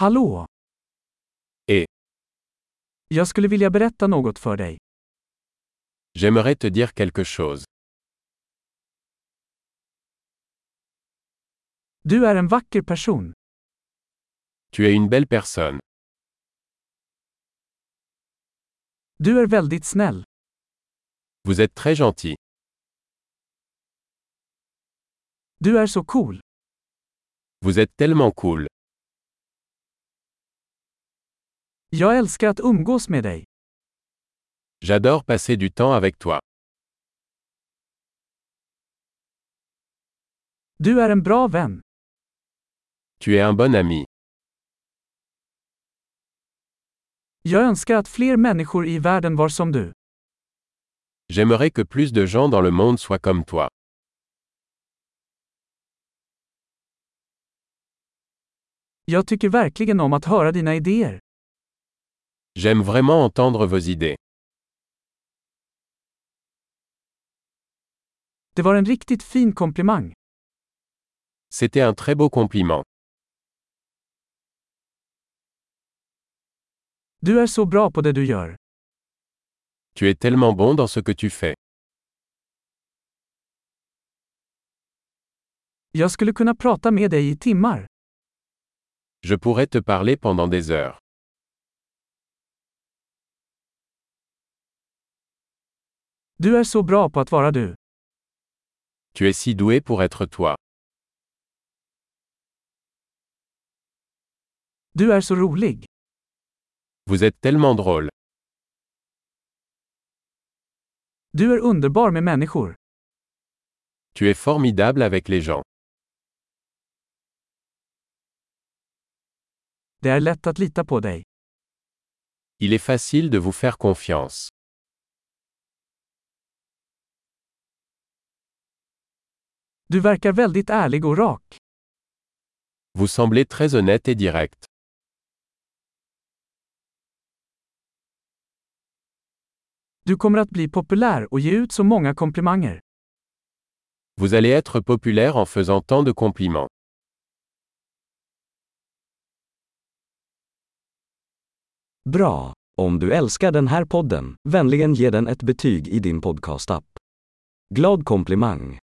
Hallå! Eh. Jag skulle vilja berätta något för dig. J'aimerais te dire quelque chose. Du är en vacker person. Tu es une belle personne. Du är väldigt snäll. Vous êtes très gentil. Du är så cool. Vous êtes tellement cool. Jag älskar att umgås med dig. J'adore passer du temps avec toi. Du är en bra vän. Tu es un bon ami. Jag önskar att fler människor i världen var som du. J'aimerais que plus de gens dans le monde soient comme toi. Jag tycker verkligen om att höra dina idéer. J'aime vraiment entendre vos idées. Det var en riktigt fin komplimang. C'était un très beau compliment. Du är så bra på det du gör. Tu es tellement bon dans ce que tu fais. Jag skulle kunna prata med dig i timmar. Je pourrais te parler pendant des heures. Du är så bra på att vara du. Tu es si doué pour être toi. Du är så rolig. Vous êtes tellement drôle. Du är underbar med människor. Tu es formidable avec les gens. Det är lätt att lita på dig. Il est facile de vous faire confiance. Du verkar väldigt ärlig och rak. Vous semblez très honnête et direct. Du kommer att bli populär och ge ut så många komplimanger. Vous allez être populaire en faisant tant de compliments. Bra! Om du älskar den här podden, vänligen ge den ett betyg i din podcastapp. Glad komplimang!